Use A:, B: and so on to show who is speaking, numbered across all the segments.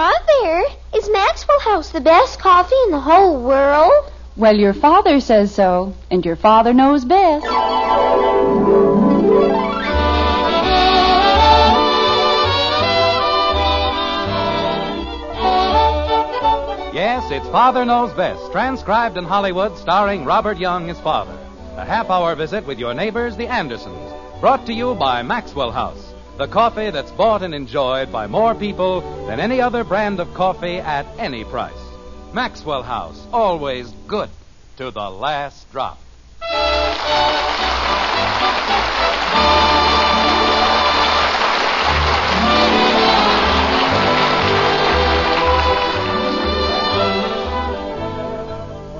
A: Mother, is Maxwell House the best coffee in the whole world?
B: Well, your father says so, and your father knows best.
C: Yes, it's Father Knows Best, transcribed in Hollywood, starring Robert Young as father. A half hour visit with your neighbors, the Andersons, brought to you by Maxwell House, the coffee that's bought and enjoyed by more people than any other brand of coffee at any price. Maxwell House, always good to the last drop.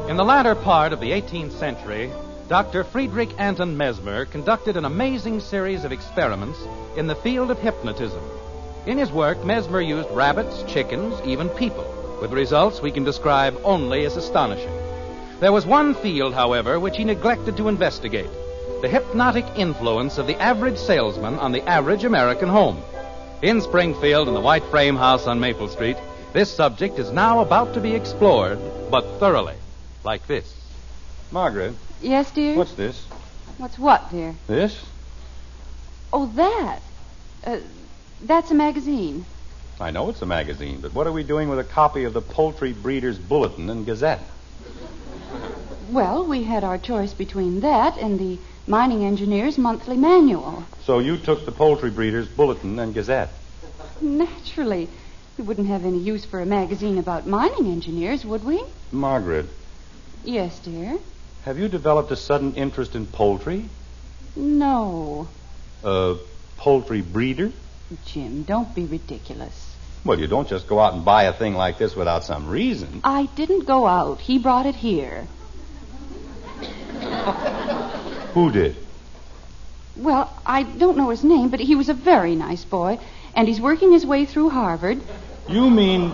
C: In the latter part of the 18th century, Dr. Friedrich Anton Mesmer conducted an amazing series of experiments in the field of hypnotism. In his work, Mesmer used rabbits, chickens, even people, with results we can describe only as astonishing. There was one field, however, which he neglected to investigate the hypnotic influence of the average salesman on the average American home. In Springfield, in the white frame house on Maple Street, this subject is now about to be explored, but thoroughly, like this.
D: Margaret,
B: Yes, dear?
D: what's this?
B: What's what, dear?
D: This?
B: Oh, that. Uh, that's a magazine.
D: I know it's a magazine, but what are we doing with a copy of the Poultry Breeders' Bulletin and Gazette?
B: Well, we had our choice between that and the Mining Engineer's Monthly Manual.
D: So you took the Poultry Breeders' Bulletin and Gazette.
B: Naturally. We wouldn't have any use for a magazine about mining engineers, would we?
D: Margaret,
B: Yes, dear.
D: have you developed a sudden interest in poultry?
B: No.
D: A poultry breeder?
B: Jim, don't be ridiculous.
D: Well, you don't just go out and buy a thing like this without some reason.
B: I didn't go out. He brought it here.
D: Who did?
B: Well, I don't know his name, but he was a very nice boy, and he's working his way through Harvard.
D: You mean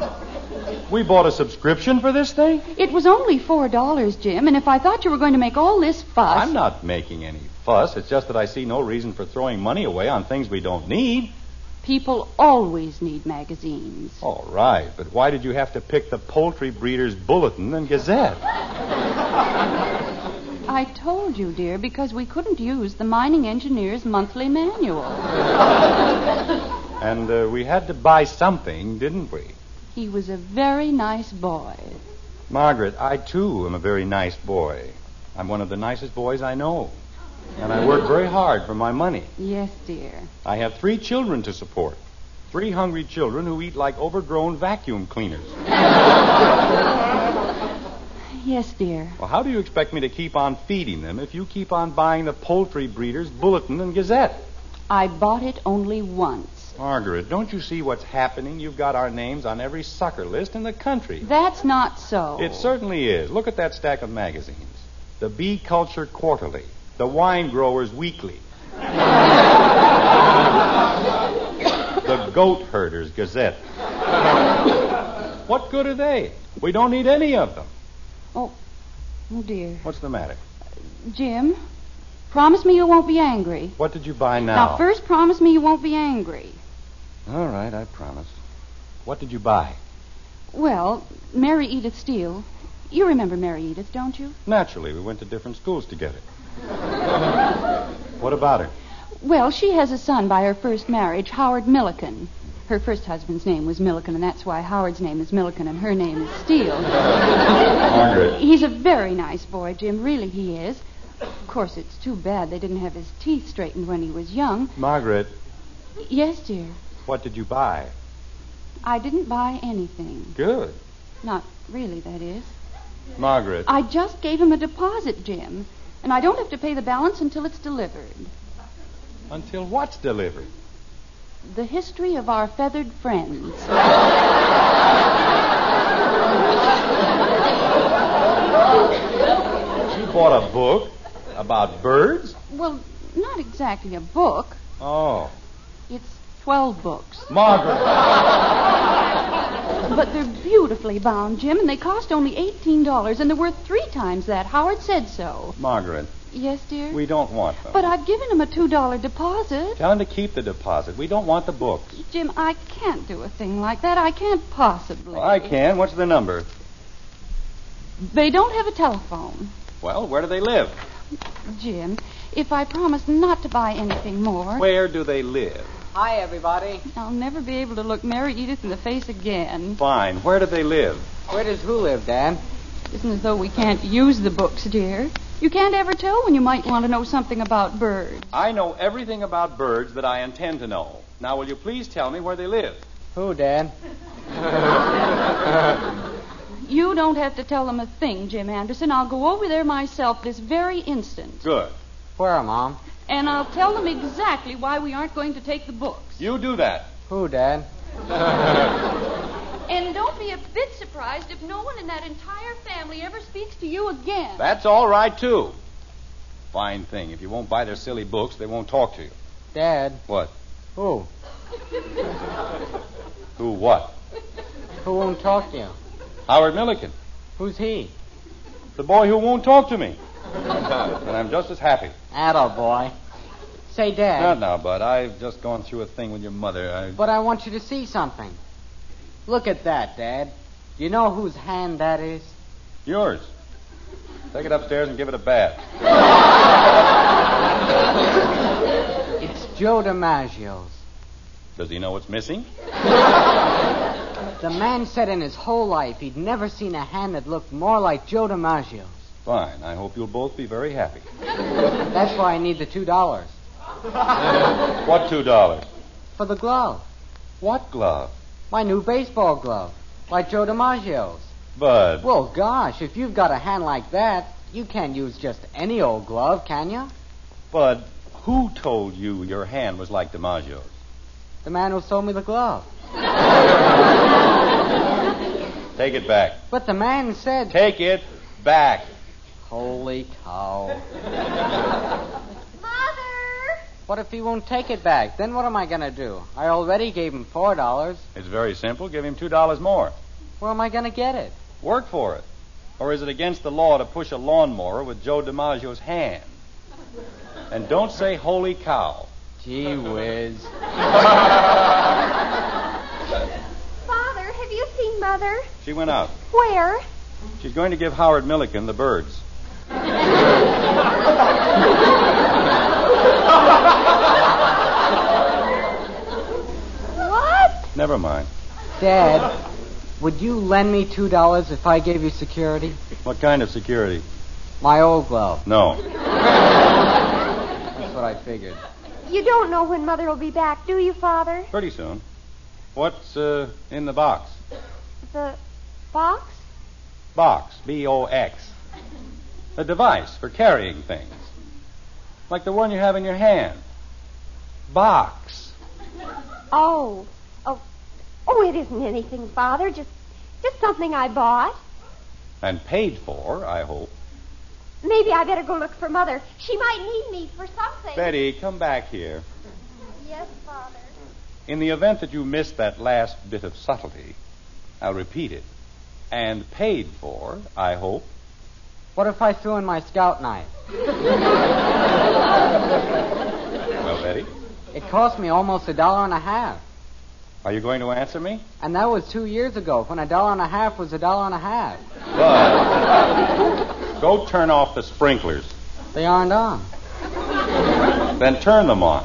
D: we bought a subscription for this thing?
B: It was only four dollars, Jim, and if I thought you were going to make all this fuss.
D: I'm not making any fuss. It's just that I see no reason for throwing money away on things we don't need.
B: People always need magazines.
D: All right, but why did you have to pick the Poultry Breeders' Bulletin and Gazette?
B: I told you, dear, because we couldn't use the mining engineer's monthly manual.
D: And uh, we had to buy something, didn't we?
B: He was a very nice boy.
D: Margaret, I too am a very nice boy. I'm one of the nicest boys I know. And I work very hard for my money.
B: Yes, dear.
D: I have three children to support. Three hungry children who eat like overgrown vacuum cleaners.
B: Yes, dear.
D: Well, how do you expect me to keep on feeding them if you keep on buying the Poultry Breeders' Bulletin and Gazette?
B: I bought it only once.
D: Margaret, don't you see what's happening? You've got our names on every sucker list in the country.
B: That's not so.
D: It certainly is. Look at that stack of magazines The Bee Culture Quarterly, The Wine Growers Weekly, The Goat Herders Gazette. What good are they? We don't need any of them.
B: Oh, oh dear.
D: What's the matter?
B: Jim, promise me you won't be angry.
D: What did you buy now?
B: Now, first, promise me you won't be angry.
D: All right, I promise. What did you buy?
B: Well, Mary Edith Steele. You remember Mary Edith, don't you?
D: Naturally, we went to different schools together. what about her?
B: Well, she has a son by her first marriage, Howard Milliken. Her first husband's name was Milliken, and that's why Howard's name is Milliken and her name is Steele.
D: Margaret.
B: He's a very nice boy, Jim. Really, he is. Of course, it's too bad they didn't have his teeth straightened when he was young.
D: Margaret,
B: Yes, dear.
D: what did you buy?
B: I didn't buy anything.
D: Good.
B: Not really, that is.
D: Margaret.
B: I just gave him a deposit, Jim. And I don't have to pay the balance until it's delivered.
D: Until what's delivered?
B: The history of our feathered friends.
D: You bought a book about birds?
B: Well, not exactly a book.
D: Oh.
B: It's 12 books.
D: Margaret.
B: But they're beautifully bound, Jim, and they cost only $18, and they're worth three times that. Howard said so.
D: Margaret,
B: Yes, dear?
D: We don't want them.
B: But I've given him a $2 deposit.
D: Tell him to keep the deposit. We don't want the books.
B: Jim, I can't do a thing like that. I can't possibly.
D: Well, I can. What's the number?
B: They don't have a telephone.
D: Well, where do they live?
B: Jim, if I promise not to buy anything more,
D: Where do they live?
E: Hi, everybody.
B: I'll never be able to look Mary Edith in the face again.
D: Fine. Where do they live?
E: Where does who live, Dan?
B: Isn't as though we can't use the books, dear. You can't ever tell when you might want to know something about birds.
D: I know everything about birds that I intend to know. Now, will you please tell me where they live?
E: Who, Dan?
B: You don't have to tell them a thing, Jim Anderson. I'll go over there myself this very instant.
D: Good.
E: Where, Mom?
B: And I'll tell them exactly why we aren't going to take the books.
D: You do that.
E: Who, Dan?
F: And don't be a bit surprised if no one in that entire family ever speaks to you again.
D: That's all right, too. Fine thing. If you won't buy their silly books, they won't talk to you.
E: Dad?
D: What?
E: Who?
D: Who what?
E: Who won't talk to you?
D: Howard Milliken.
E: Who's he?
D: The boy who won't talk to me. and I'm just as happy.
E: Atta boy. Say, Dad.
D: Not now, Bud. I've just gone through a thing with your mother. I...
E: But I want you to see something. Look at that, Dad. You know whose hand that is?
D: Yours. Take it upstairs and give it a bath.
E: It's Joe DiMaggio's.
D: Does he know what's missing?
E: The man said in his whole life he'd never seen a hand that looked more like Joe DiMaggio's.
D: Fine. I hope you'll both be very happy.
E: That's why I need the two dollars
D: What two dollars?
E: for the glove.
D: What glove?
E: My new baseball glove, like Joe DiMaggio's.
D: Bud.
E: Well, gosh, if you've got a hand like that, you can't use just any old glove, can you?
D: Bud, who told you your hand was like DiMaggio's?
E: The man who sold me the glove.
D: Take it back.
E: But the man said.
D: Take it back.
E: Holy cow.
F: Mother!
E: What if he won't take it back? Then what am I going to do? I already gave him four dollars.
D: It's very simple. Give him two dollars more.
E: Where am I going to get it?
D: Work for it. Or is it against the law to push a lawnmower with Joe DiMaggio's hand? And don't say holy cow.
E: Gee whiz.
A: Father, have you seen Mother?
D: She went out.
A: Where?
D: She's going to give Howard Milliken the birds.
A: What?
D: Never mind.
E: Dad, would you lend me two dollars if I gave you security?
D: What kind of security?
E: My old glove.
D: No.
E: That's what I figured.
A: You don't know when Mother will be back, do you, Father?
D: Pretty soon. What's uh, in the box?
A: The box?
D: Box. B O X. A device for carrying things. Like the one you have in your hand. Box.
A: Oh. Oh. Oh, it isn't anything, Father. Just just something I bought.
D: And paid for, I hope.
A: Maybe I better go look for Mother. She might need me for something.
D: Betty, come back here.
A: Yes, Father.
D: In the event that you missed that last bit of subtlety, I'll repeat it. And paid for, I hope.
E: What if I threw in my scout knife?
D: Well, Betty,
E: It cost me almost a dollar and a half.
D: are you going to answer me?
E: And that was two years ago, when a dollar and a half was a dollar and a half.
D: Go turn off the sprinklers,
E: They aren't on.
D: then turn them on.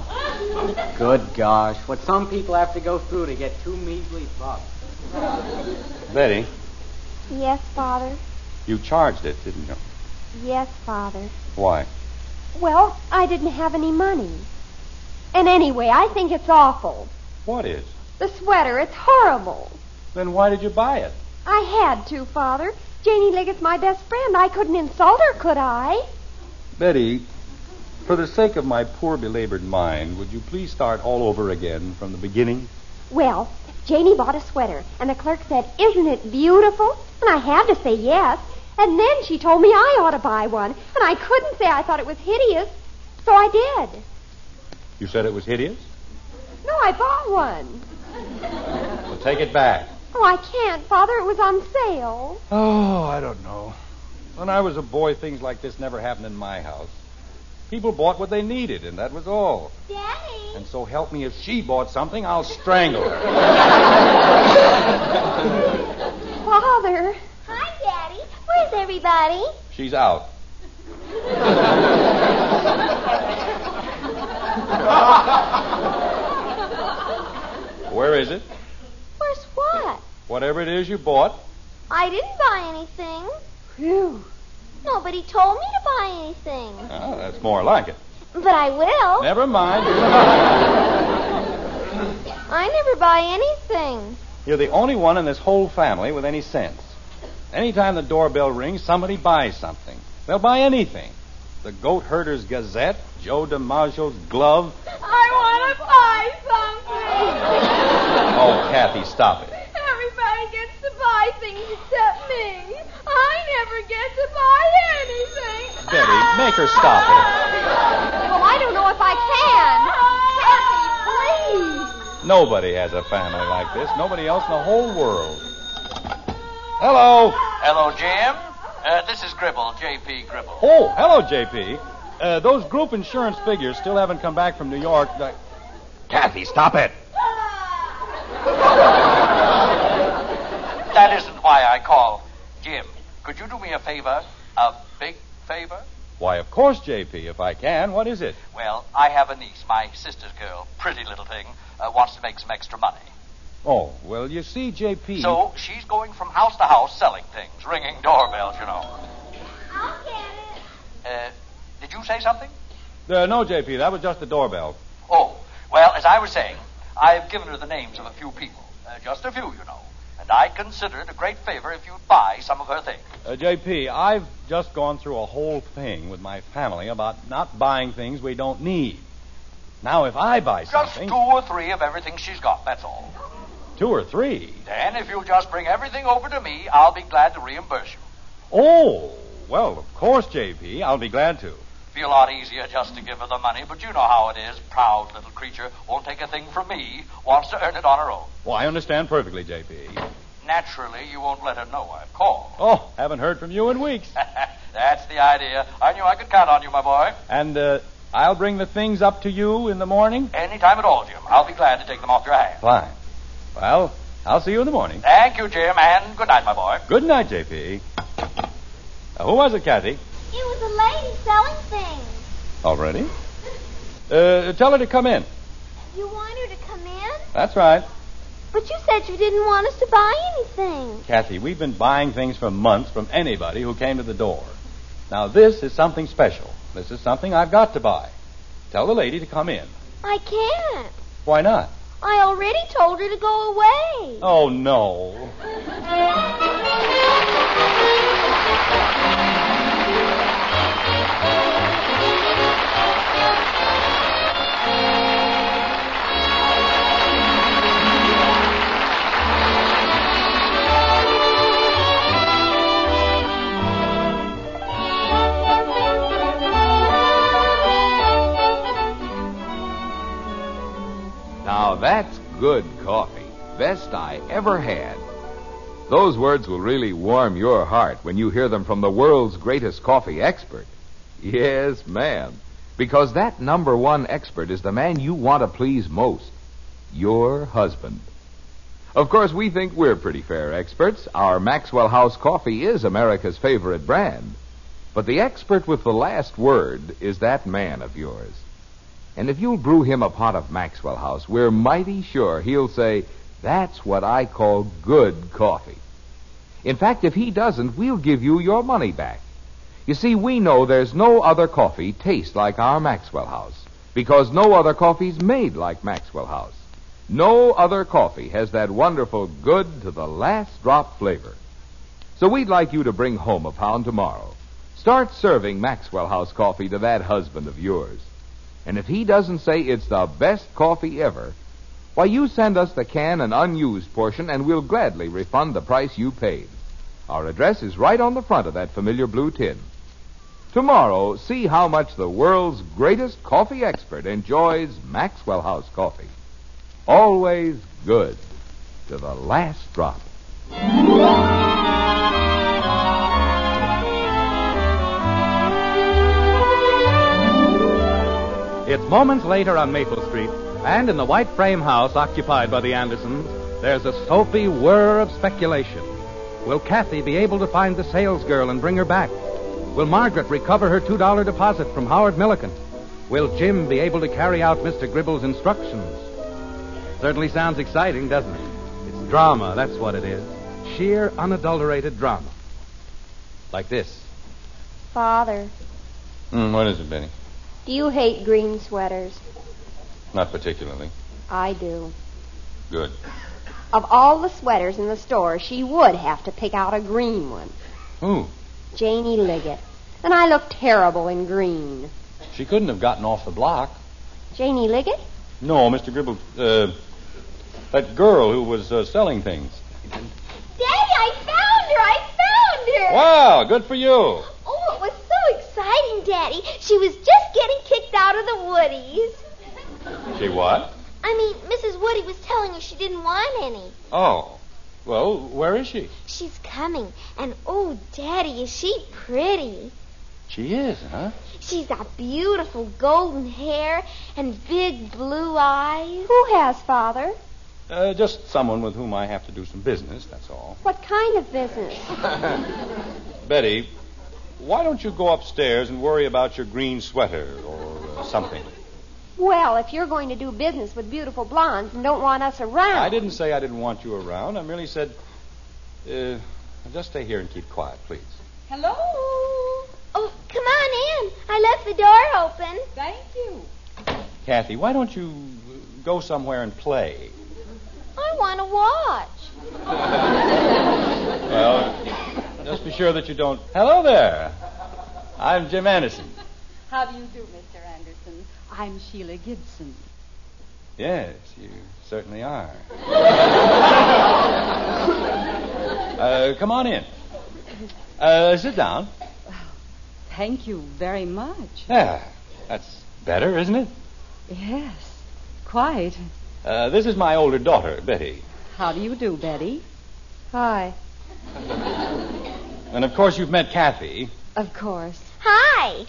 E: Good gosh, what some people have to go through to get two measly bucks.
D: Betty,
A: Yes, Father.
D: you charged it, didn't you?
A: Yes, Father.
D: Why?
A: Well, I didn't have any money. And anyway, I think it's awful.
D: What is?
A: The sweater, it's horrible.
D: Then why did you buy it?
A: I had to, Father. Janie Liggett's my best friend. I couldn't insult her, could I?
D: Betty, for the sake of my poor belabored mind, would you please start all over again from the beginning?
A: Well, Janie bought a sweater, and the clerk said, Isn't it beautiful? And I had to say yes. And then she told me I ought to buy one, and I couldn't say I thought it was hideous, so I did.
D: You said it was hideous?
A: No, I bought one.
D: Well, take it back.
A: Oh, I can't, Father. It was on sale.
D: Oh, I don't know. When I was a boy, things like this never happened in my house. People bought what they needed, and that was all.
F: Daddy!
D: And so help me, if she bought something, I'll strangle her.
A: Father.
F: Hi, Daddy. Where's everybody?
D: She's out. Where is it?
F: Where's what?
D: Whatever it is you bought.
F: I didn't buy anything.
A: Phew.
F: Nobody told me to buy anything.
D: Ah, that's more like it.
F: But I will.
D: Never mind.
F: I never buy anything.
D: You're the only one in this whole family with any sense. Anytime the doorbell rings, somebody buys something. They'll buy anything. The Goat Herder's Gazette, Joe DiMaggio's glove.
F: I want to buy something.
D: Oh, Kathy, stop it.
F: Everybody gets to buy things except me. I never get to buy anything.
D: Betty, make her stop it.
A: Well, I don't know if I can. Kathy, please.
D: Nobody has a family like this. Nobody else in the whole world. Hello.
G: Hello, Jim. Uh, this is Gribble, J.P. Gribble.
D: Oh, hello, J.P. Uh, those group insurance figures still haven't come back from New York. The- Kathy, stop it.
G: That isn't why I called. Jim, could you do me a favor? A big favor?
D: Why, of course, J.P., if I can. What is it?
G: Well, I have a niece, my sister's girl, pretty little thing, uh, wants to make some extra money.
D: Oh, well, you see, J.P.
G: So she's going from house to house selling things, ringing doorbells, you know.
F: I'll get it.
G: Uh, did you say something?
D: Uh, no, J.P., that was just the doorbell.
G: Oh, well, as I was saying, I've given her the names of a few people. Uh, just a few, you know. And I consider it a great favor if you'd buy some of her things.
D: Uh, J.P., I've just gone through a whole thing with my family about not buying things we don't need. Now, if I buy
G: Just
D: something,
G: two or three of everything she's got, that's all.
D: two or three.
G: Then, if you'll just bring everything over to me, I'll be glad to reimburse you.
D: Oh, well, of course, J.P., I'll be glad to.
G: Be a lot easier just to give her the money, but you know how it is. Proud little creature. Won't take a thing from me. Wants to earn it on her own.
D: Well, Oh, I understand perfectly, J.P.
G: Naturally, you won't let her know I've called.
D: Oh, haven't heard from you in weeks.
G: That's the idea. I knew I could count on you, my boy.
D: And uh, I'll bring the things up to you in the morning?
G: Any time at all, Jim. I'll be glad to take them off your hands.
D: Fine. Well, I'll see you in the morning.
G: Thank you, Jim, and good night, my boy.
D: Good night, J.P. Uh, who was it, Kathy?
F: It was a lady selling things.
D: Already? Uh, tell her to come in.
F: You want her to come in?
D: That's right.
F: But you said you didn't want us to buy anything.
D: Kathy, we've been buying things for months from anybody who came to the door. Now, this is something special. This is something I've got to buy. Tell the lady to come in.
F: I can't.
D: Why not?
F: I already told her to go away.
D: Oh, no.
H: Now that's good coffee. Best I ever had. Those words will really warm your heart when you hear them from the world's greatest coffee expert. Yes, ma'am. Because that number one expert is the man you want to please most your husband. Of course, we think we're pretty fair experts. Our Maxwell House coffee is America's favorite brand. But the expert with the last word is that man of yours. And if you'll brew him a pot of Maxwell House, we're mighty sure he'll say, That's what I call good coffee. In fact, if he doesn't, we'll give you your money back. You see, we know there's no other coffee tastes like our Maxwell House, because no other coffee's made like Maxwell House. No other coffee has that wonderful good to the last drop flavor. So we'd like you to bring home a pound tomorrow. Start serving Maxwell House coffee to that husband of yours. And if he doesn't say it's the best coffee ever, why, you send us the can and unused portion, and we'll gladly refund the price you paid. Our address is right on the front of that familiar blue tin. Tomorrow, see how much the world's greatest coffee expert enjoys Maxwell House coffee. Always good to the last drop.
C: It's moments later on Maple Street, and in the white frame house occupied by the Andersons, there's a soapy whir of speculation. Will Kathy be able to find the salesgirl and bring her back? Will Margaret recover her $2 deposit from Howard Milliken? Will Jim be able to carry out Mr. Gribble's instructions? Certainly sounds exciting, doesn't it? It's drama, that's what it is. Sheer, unadulterated drama. Like this.
A: Father,
D: Hmm, what is it, Benny?
A: do you hate green sweaters?
D: Not particularly.
A: I do.
D: Good.
A: Of all the sweaters in the store, she would have to pick out a green one.
D: Who?
A: Janie Liggett. And I look terrible in green.
D: She couldn't have gotten off the block.
A: Janie Liggett?
D: No, Mr. Gribble. Uh, that girl who was uh, selling things.
F: Daddy, I found her! I found her!
D: Wow, good for you.
F: Oh, it was so exciting, Daddy. She was just getting kicked out of the Woodies.
D: She what?
F: I mean, Mrs. Woody was telling her she didn't want any.
D: Oh. Well, where is she?
F: She's coming, and oh, Daddy, is she pretty?
D: She is, huh?
F: She's got beautiful golden hair and big blue eyes.
A: Who has, Father?
D: Uh, just someone with whom I have to do some business, that's all.
A: What kind of business?
D: Betty, why don't you go upstairs and worry about your green sweater or uh, something?
A: Well, if you're going to do business with beautiful blondes and don't want us around.
D: I didn't say I didn't want you around. I merely said, uh, just stay here and keep quiet, please.
I: Hello.
F: Oh, come on in. I left the door open.
I: Thank you.
D: Kathy, why don't you uh, go somewhere and play?
F: I want to watch.
D: Well, just be sure that you don't. Hello there. I'm Jim Anderson.
I: How do you do, Mr. Anderson? I'm Sheila Gibson.
D: Yes, you certainly are. uh, come on in. Uh, sit down.
I: Thank you very much.
D: Yeah, that's better, isn't it?
I: Yes, quite.
D: Uh, this is my older daughter, Betty.
I: How do you do, Betty?
A: Hi.
D: And of course, you've met Kathy.
I: Of course.
F: Hi.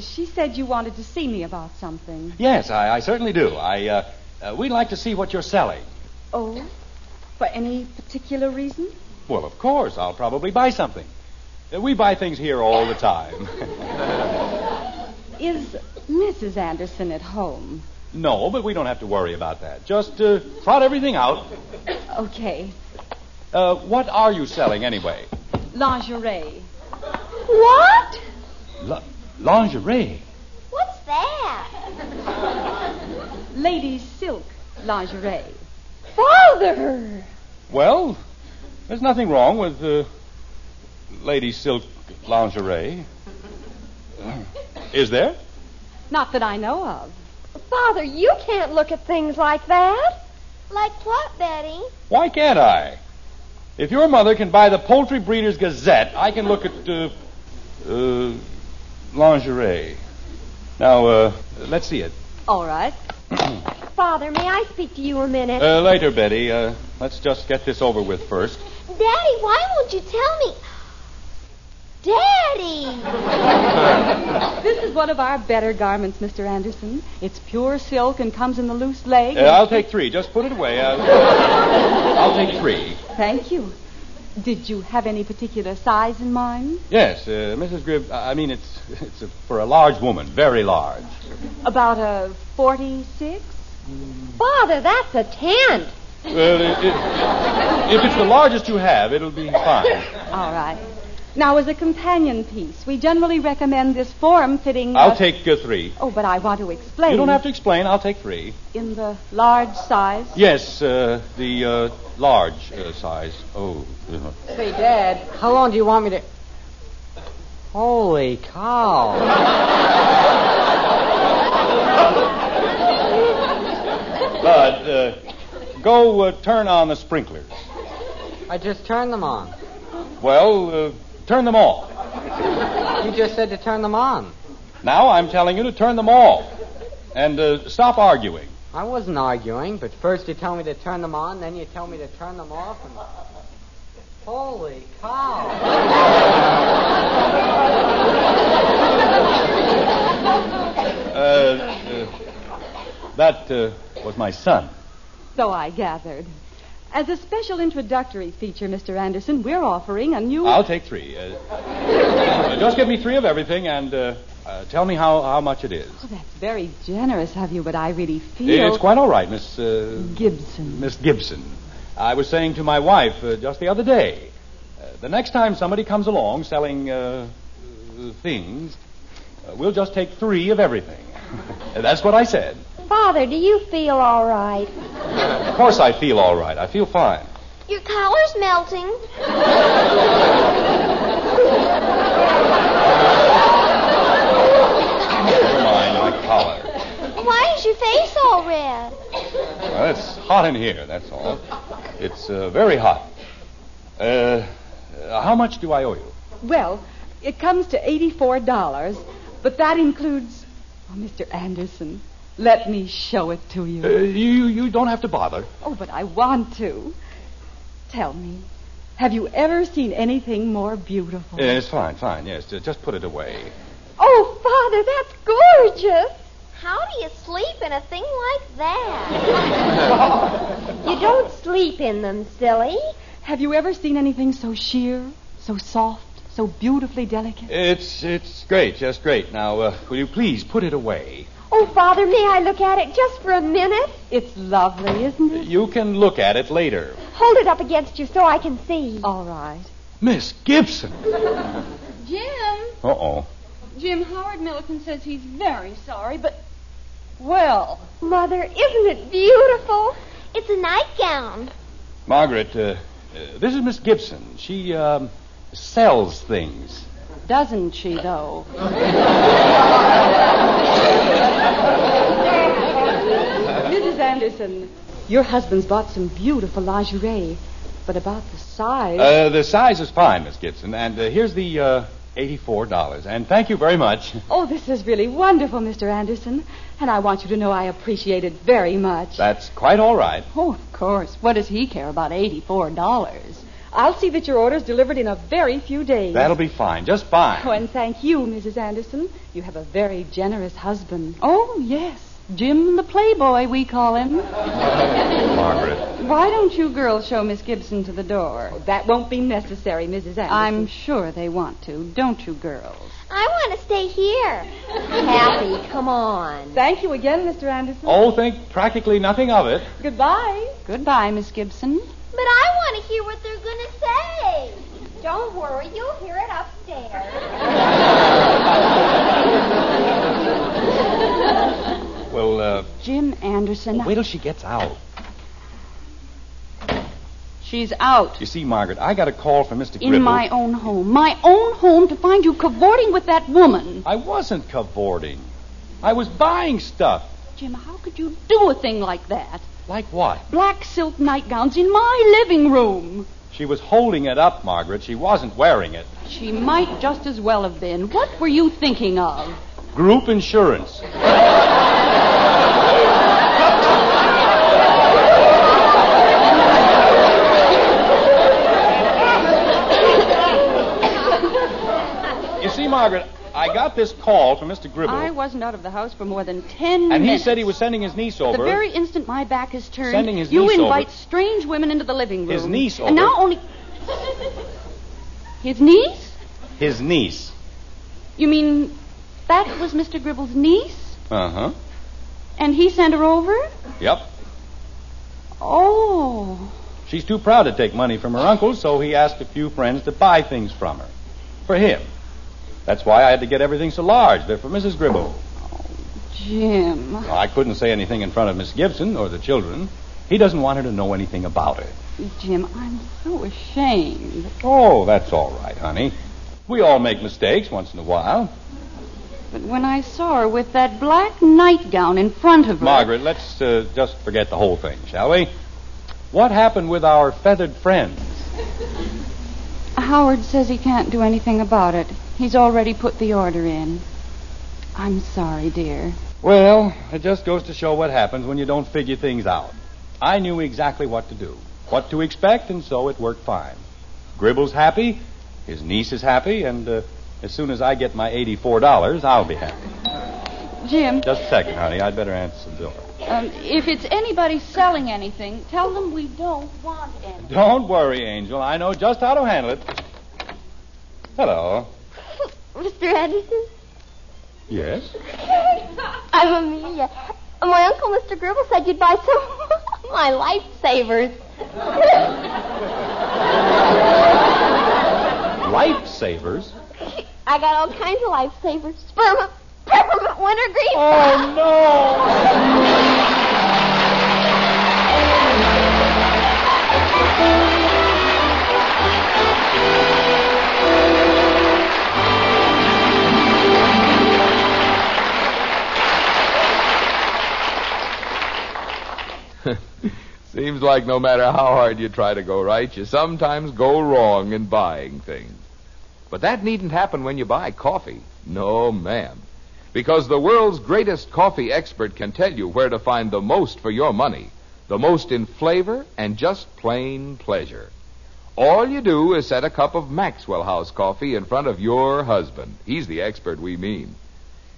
I: She said you wanted to see me about something.
D: Yes, I, I certainly do. I uh, uh, we'd like to see what you're selling.
I: Oh, for any particular reason?
D: Well, of course, I'll probably buy something. Uh, we buy things here all the time.
I: Is Mrs. Anderson at home?
D: no, but we don't have to worry about that. Just uh, trot everything out.
I: Okay.
D: Uh, what are you selling anyway?
I: Lingerie.
F: What?
D: L- lingerie.
F: What's that?
I: Ladies' silk lingerie.
A: Father!
D: Well, there's nothing wrong with uh, lady silk lingerie. Uh, Is there?
I: Not that I know of.
A: Father, you can't look at things like that.
F: Like what, Betty?
D: Why can't I? If your mother can buy the Poultry Breeders Gazette, I can look at uh, uh, lingerie. Now, uh, let's see it.
I: All right.
A: Father, may I speak to you a minute?
D: Uh, later, Betty. Uh, let's just get this over with first.
F: Daddy, why won't you tell me? Daddy!
I: This is one of our better garments, Mr. Anderson. It's pure silk and comes in the loose leg.
D: Uh, I'll take three. Just put it away. Uh, I'll take three.
I: Thank you. Did you have any particular size in mind?
D: Yes, uh, Mrs. Gribb. I I mean, it's it's a, for a large woman, very large.
I: About a 46?
A: Father, that's a tent.
D: Well, it, it, if it's the largest you have, it'll be fine.
I: All right. Now, as a companion piece, we generally recommend this form fitting. uh,
D: I'll take uh, three.
I: Oh, but I want to explain.
D: You don't have to explain. I'll take three.
I: In the large size.
D: Yes, uh, the uh, large uh, size. Oh, uh,
E: Say, Dad, how long do you want me to? Holy cow!
D: Bud, uh, go uh, turn on the sprinklers.
E: I just turned them on.
D: Well, uh, turn them off.
E: You just said to turn them on.
D: Now I'm telling you to turn them off. And uh, stop arguing.
E: I wasn't arguing, but first you tell me to turn them on, then you tell me to turn them off, and holy cow!
D: Uh, uh, That uh, was my son.
B: So I gathered. As a special introductory feature, Mr. Anderson, we're offering a new.
D: I'll take three. Uh, uh, just give me three of everything and uh, uh, tell me how, how much it is.
B: Oh, that's very generous of you, but I really feel.
D: It's quite all right, Miss uh,
B: Gibson.
D: Miss Gibson. I was saying to my wife uh, just the other day, uh, the next time somebody comes along selling uh, uh, things, uh, we'll just take three of everything. That's what I said.
A: Father, do you feel all right?
D: Of course, I feel all right. I feel fine.
F: Your collar's melting.
D: Never mind my collar.
F: Why is your face all red?
D: Well, it's hot in here, that's all. It's uh, very hot. Uh, uh, how much do I owe you?
B: Well, it comes to $84, but that includes. Oh, Mr. Anderson, let me show it to you.
D: Uh, you you don't have to bother.
B: Oh, but I want to. Tell me, have you ever seen anything more beautiful?
D: Yeah, Uh, it's fine, fine. Yes, ju- just put it away.
A: Oh, Father, that's gorgeous.
F: How do you sleep in a thing like that?
A: You don't sleep in them, silly.
B: Have you ever seen anything so sheer, so soft, so beautifully delicate?
D: It's it's great, just great. Now, uh, will you please put it away?
A: Oh, Father, may I look at it just for a minute?
B: It's lovely, isn't it?
D: You can look at it later,
A: Hold it up against you so I can see.
B: All right.
D: Miss Gibson.
B: Jim!
D: Uh oh.
B: Jim, Howard Milliken says he's very sorry, but. Well,
A: Mother, isn't it beautiful?
F: It's a nightgown.
D: Margaret, uh, uh, this is Miss Gibson. She um, sells things.
B: doesn't she, though? Mrs. Anderson, your husband's bought some beautiful lingerie, but about the size.
D: Uh, the size is fine, Miss Gibson. And uh, here's the uh, eighty-four dollars. And thank you very much.
B: Oh, this is really wonderful, Mr. Anderson, and I want you to know I appreciate it very much.
D: That's quite all right.
B: Oh, of course. What does he care about $84? I'll see that your order's delivered in a very few days.
D: That'll be fine, just fine.
B: Oh, and thank you, Mrs. Anderson. You have a very generous husband. Oh, yes. Jim the Playboy, we call him.
D: Margaret.
B: Why don't you girls show Miss Gibson to the door? Oh, that won't be necessary, Mrs. Anderson. I'm sure they want to, don't you, girls?
F: I want to stay here.
A: Happy, come on.
B: Thank you again, Mr. Anderson.
D: Oh, think practically nothing of it.
B: Goodbye. Goodbye, Miss Gibson.
F: But I want to hear what they're going to say.
A: Don't worry, you'll hear it upstairs.
D: Well, uh,
B: Jim Anderson.
D: wait till she gets out.
B: She's out.
D: You see, Margaret, I got a call from Mr.
B: In
D: Gribble.
B: my own home. My own home to find you cavorting with that woman.
D: I wasn't cavorting. I was buying stuff.
B: Jim, how could you do a thing like that?
D: Like what?
B: Black silk nightgowns in my living room.
D: She was holding it up, Margaret. She wasn't wearing it.
B: She might just as well have been. What were you thinking of?
D: Group insurance. you see, Margaret, I got this call from Mr. Gribble,
B: I wasn't out of the house for more than ten
D: and he
B: minutes.
D: said he was sending his niece
B: The
D: over.
B: very instant my back is turned,
D: Sending his
B: you
D: niece
B: invite
D: over.
B: strange women into the living room.
D: His niece
B: And now
D: over.
B: only. His niece?
D: His niece.
B: You mean that was Mr. Gribble's niece?
D: Uh huh.
B: And he sent her over?
D: Yep.
B: Oh.
D: She's too proud to take money from her uncle, so he asked a few friends to buy things from her. For him. That's why I had to get everything so large. They're for Mrs. Gribble.
B: Jim.
D: Well, I couldn't say anything in front of Miss Gibson or the children. He doesn't want her to know anything about it.
B: Jim, I'm so ashamed.
D: Oh, that's all right, honey. We all make mistakes once in a while.
B: But when I saw her with that black nightgown in front of her.
D: Margaret, let's uh, just forget the whole thing, shall we? What happened with our feathered friends?
B: Howard says he can't do anything about it. He's already put the order in. I'm sorry, dear.
D: Well, it just goes to show what happens when you don't figure things out. I knew exactly what to do, what to expect, and so it worked fine. Gribble's happy, his niece is happy, and uh, as soon as I get my $84, I'll be happy.
B: Jim,
D: Just a second, honey. I'd better answer the door.
B: Um, if it's anybody selling anything, tell them we don't want any.
D: Don't worry, Angel. I know just how to handle it. Hello.
A: Mr. Anderson,
D: Yes?
A: I'm Amelia. My uncle, Mr. Gribble, said you'd buy some of my lifesavers.
D: Lifesavers?
A: I got all kinds of lifesavers. Sperm, peppermint, wintergreen.
D: Oh, no!
H: Seems like no matter how hard you try to go right, you sometimes go wrong in buying things. But that needn't happen when you buy coffee. No, ma'am. Because the world's greatest coffee expert can tell you where to find the most for your money, the most in flavor and just plain pleasure. All you do is set a cup of Maxwell House coffee in front of your husband. He's the expert we mean.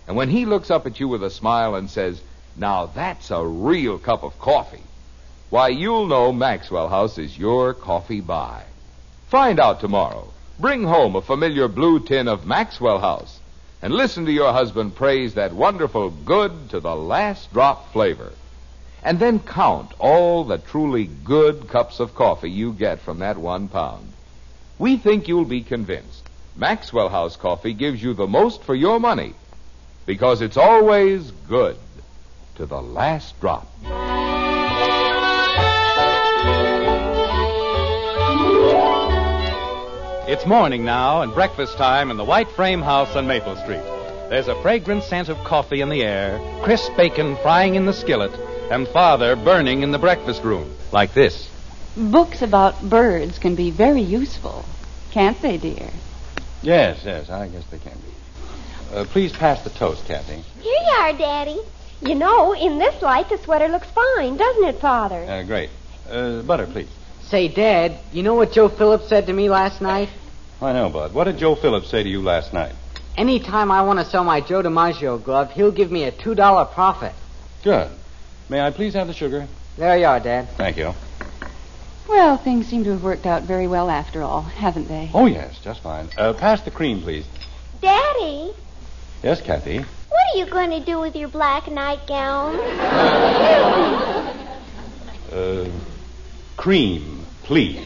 H: And when he looks up at you with a smile and says, Now that's a real cup of coffee, why, you'll know Maxwell House is your coffee buy. Find out tomorrow. Bring home a familiar blue tin of Maxwell House and listen to your husband praise that wonderful good to the last drop flavor. And then count all the truly good cups of coffee you get from that one pound. We think you'll be convinced Maxwell House coffee gives you the most for your money because it's always good to the last drop.
C: It's morning now and breakfast time in the White Frame House on Maple Street. There's a fragrant scent of coffee in the air, crisp bacon frying in the skillet, and father burning in the breakfast room, like this.
B: Books about birds can be very useful, can't they, dear?
D: Yes, yes, I guess they can be. Uh, please pass the toast, Kathy.
A: Here you are, Daddy. You know, in this light, the sweater looks fine, doesn't it, Father?
D: Uh, great. Uh, butter, please.
E: Say, Dad, you know what Joe Phillips said to me last night?
D: I know, Bud. What did Joe Phillips say to you last night?
E: Anytime I want to sell my Joe DiMaggio glove, he'll give me a $2 profit.
D: Good. May I please have the sugar?
E: There you are, Dad.
D: Thank you.
B: Well, things seem to have worked out very well after all, haven't they?
D: Oh, yes, just fine. Uh, pass the cream, please.
J: Daddy,
D: Yes, Kathy.
J: what are you going to do with your black nightgown?
D: Uh, cream, please.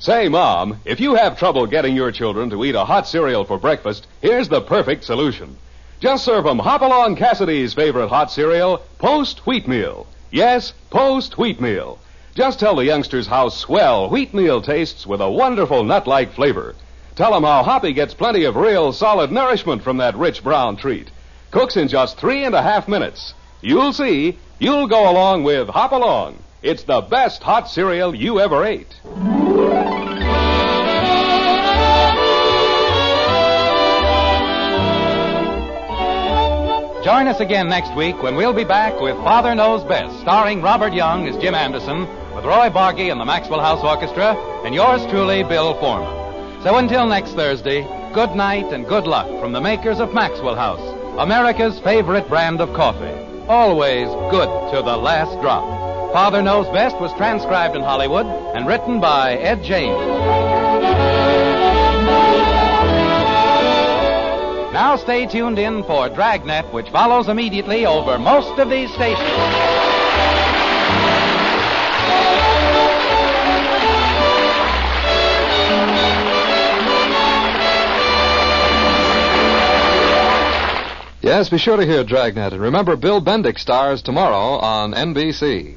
H: Say, Mom, if you have trouble getting your children to eat a hot cereal for breakfast, here's the perfect solution. Just serve them Hopalong Cassidy's favorite hot cereal, Post Wheat Meal. Yes, Post Wheat Meal. Just tell the youngsters how swell wheat meal tastes with a wonderful nut-like flavor. Tell them how Hoppy gets plenty of real solid nourishment from that rich brown treat. Cooks in just three and a half minutes. You'll see, you'll go along with Hopalong. It's the best hot cereal you ever ate.
C: Join us again next week when we'll be back with Father Knows Best, starring Robert Young as Jim Anderson, with Roy Bargy and the Maxwell House Orchestra, and yours truly, Bill Foreman. So until next Thursday, good night and good luck from the makers of Maxwell House, America's favorite brand of coffee. Always good to the last drop. Father Knows Best was transcribed in Hollywood and written by Ed James. Now stay tuned in for Dragnet, which follows immediately over most of these stations.
K: Yes, be sure to hear Dragnet. And remember, Bill Bendick stars tomorrow on NBC.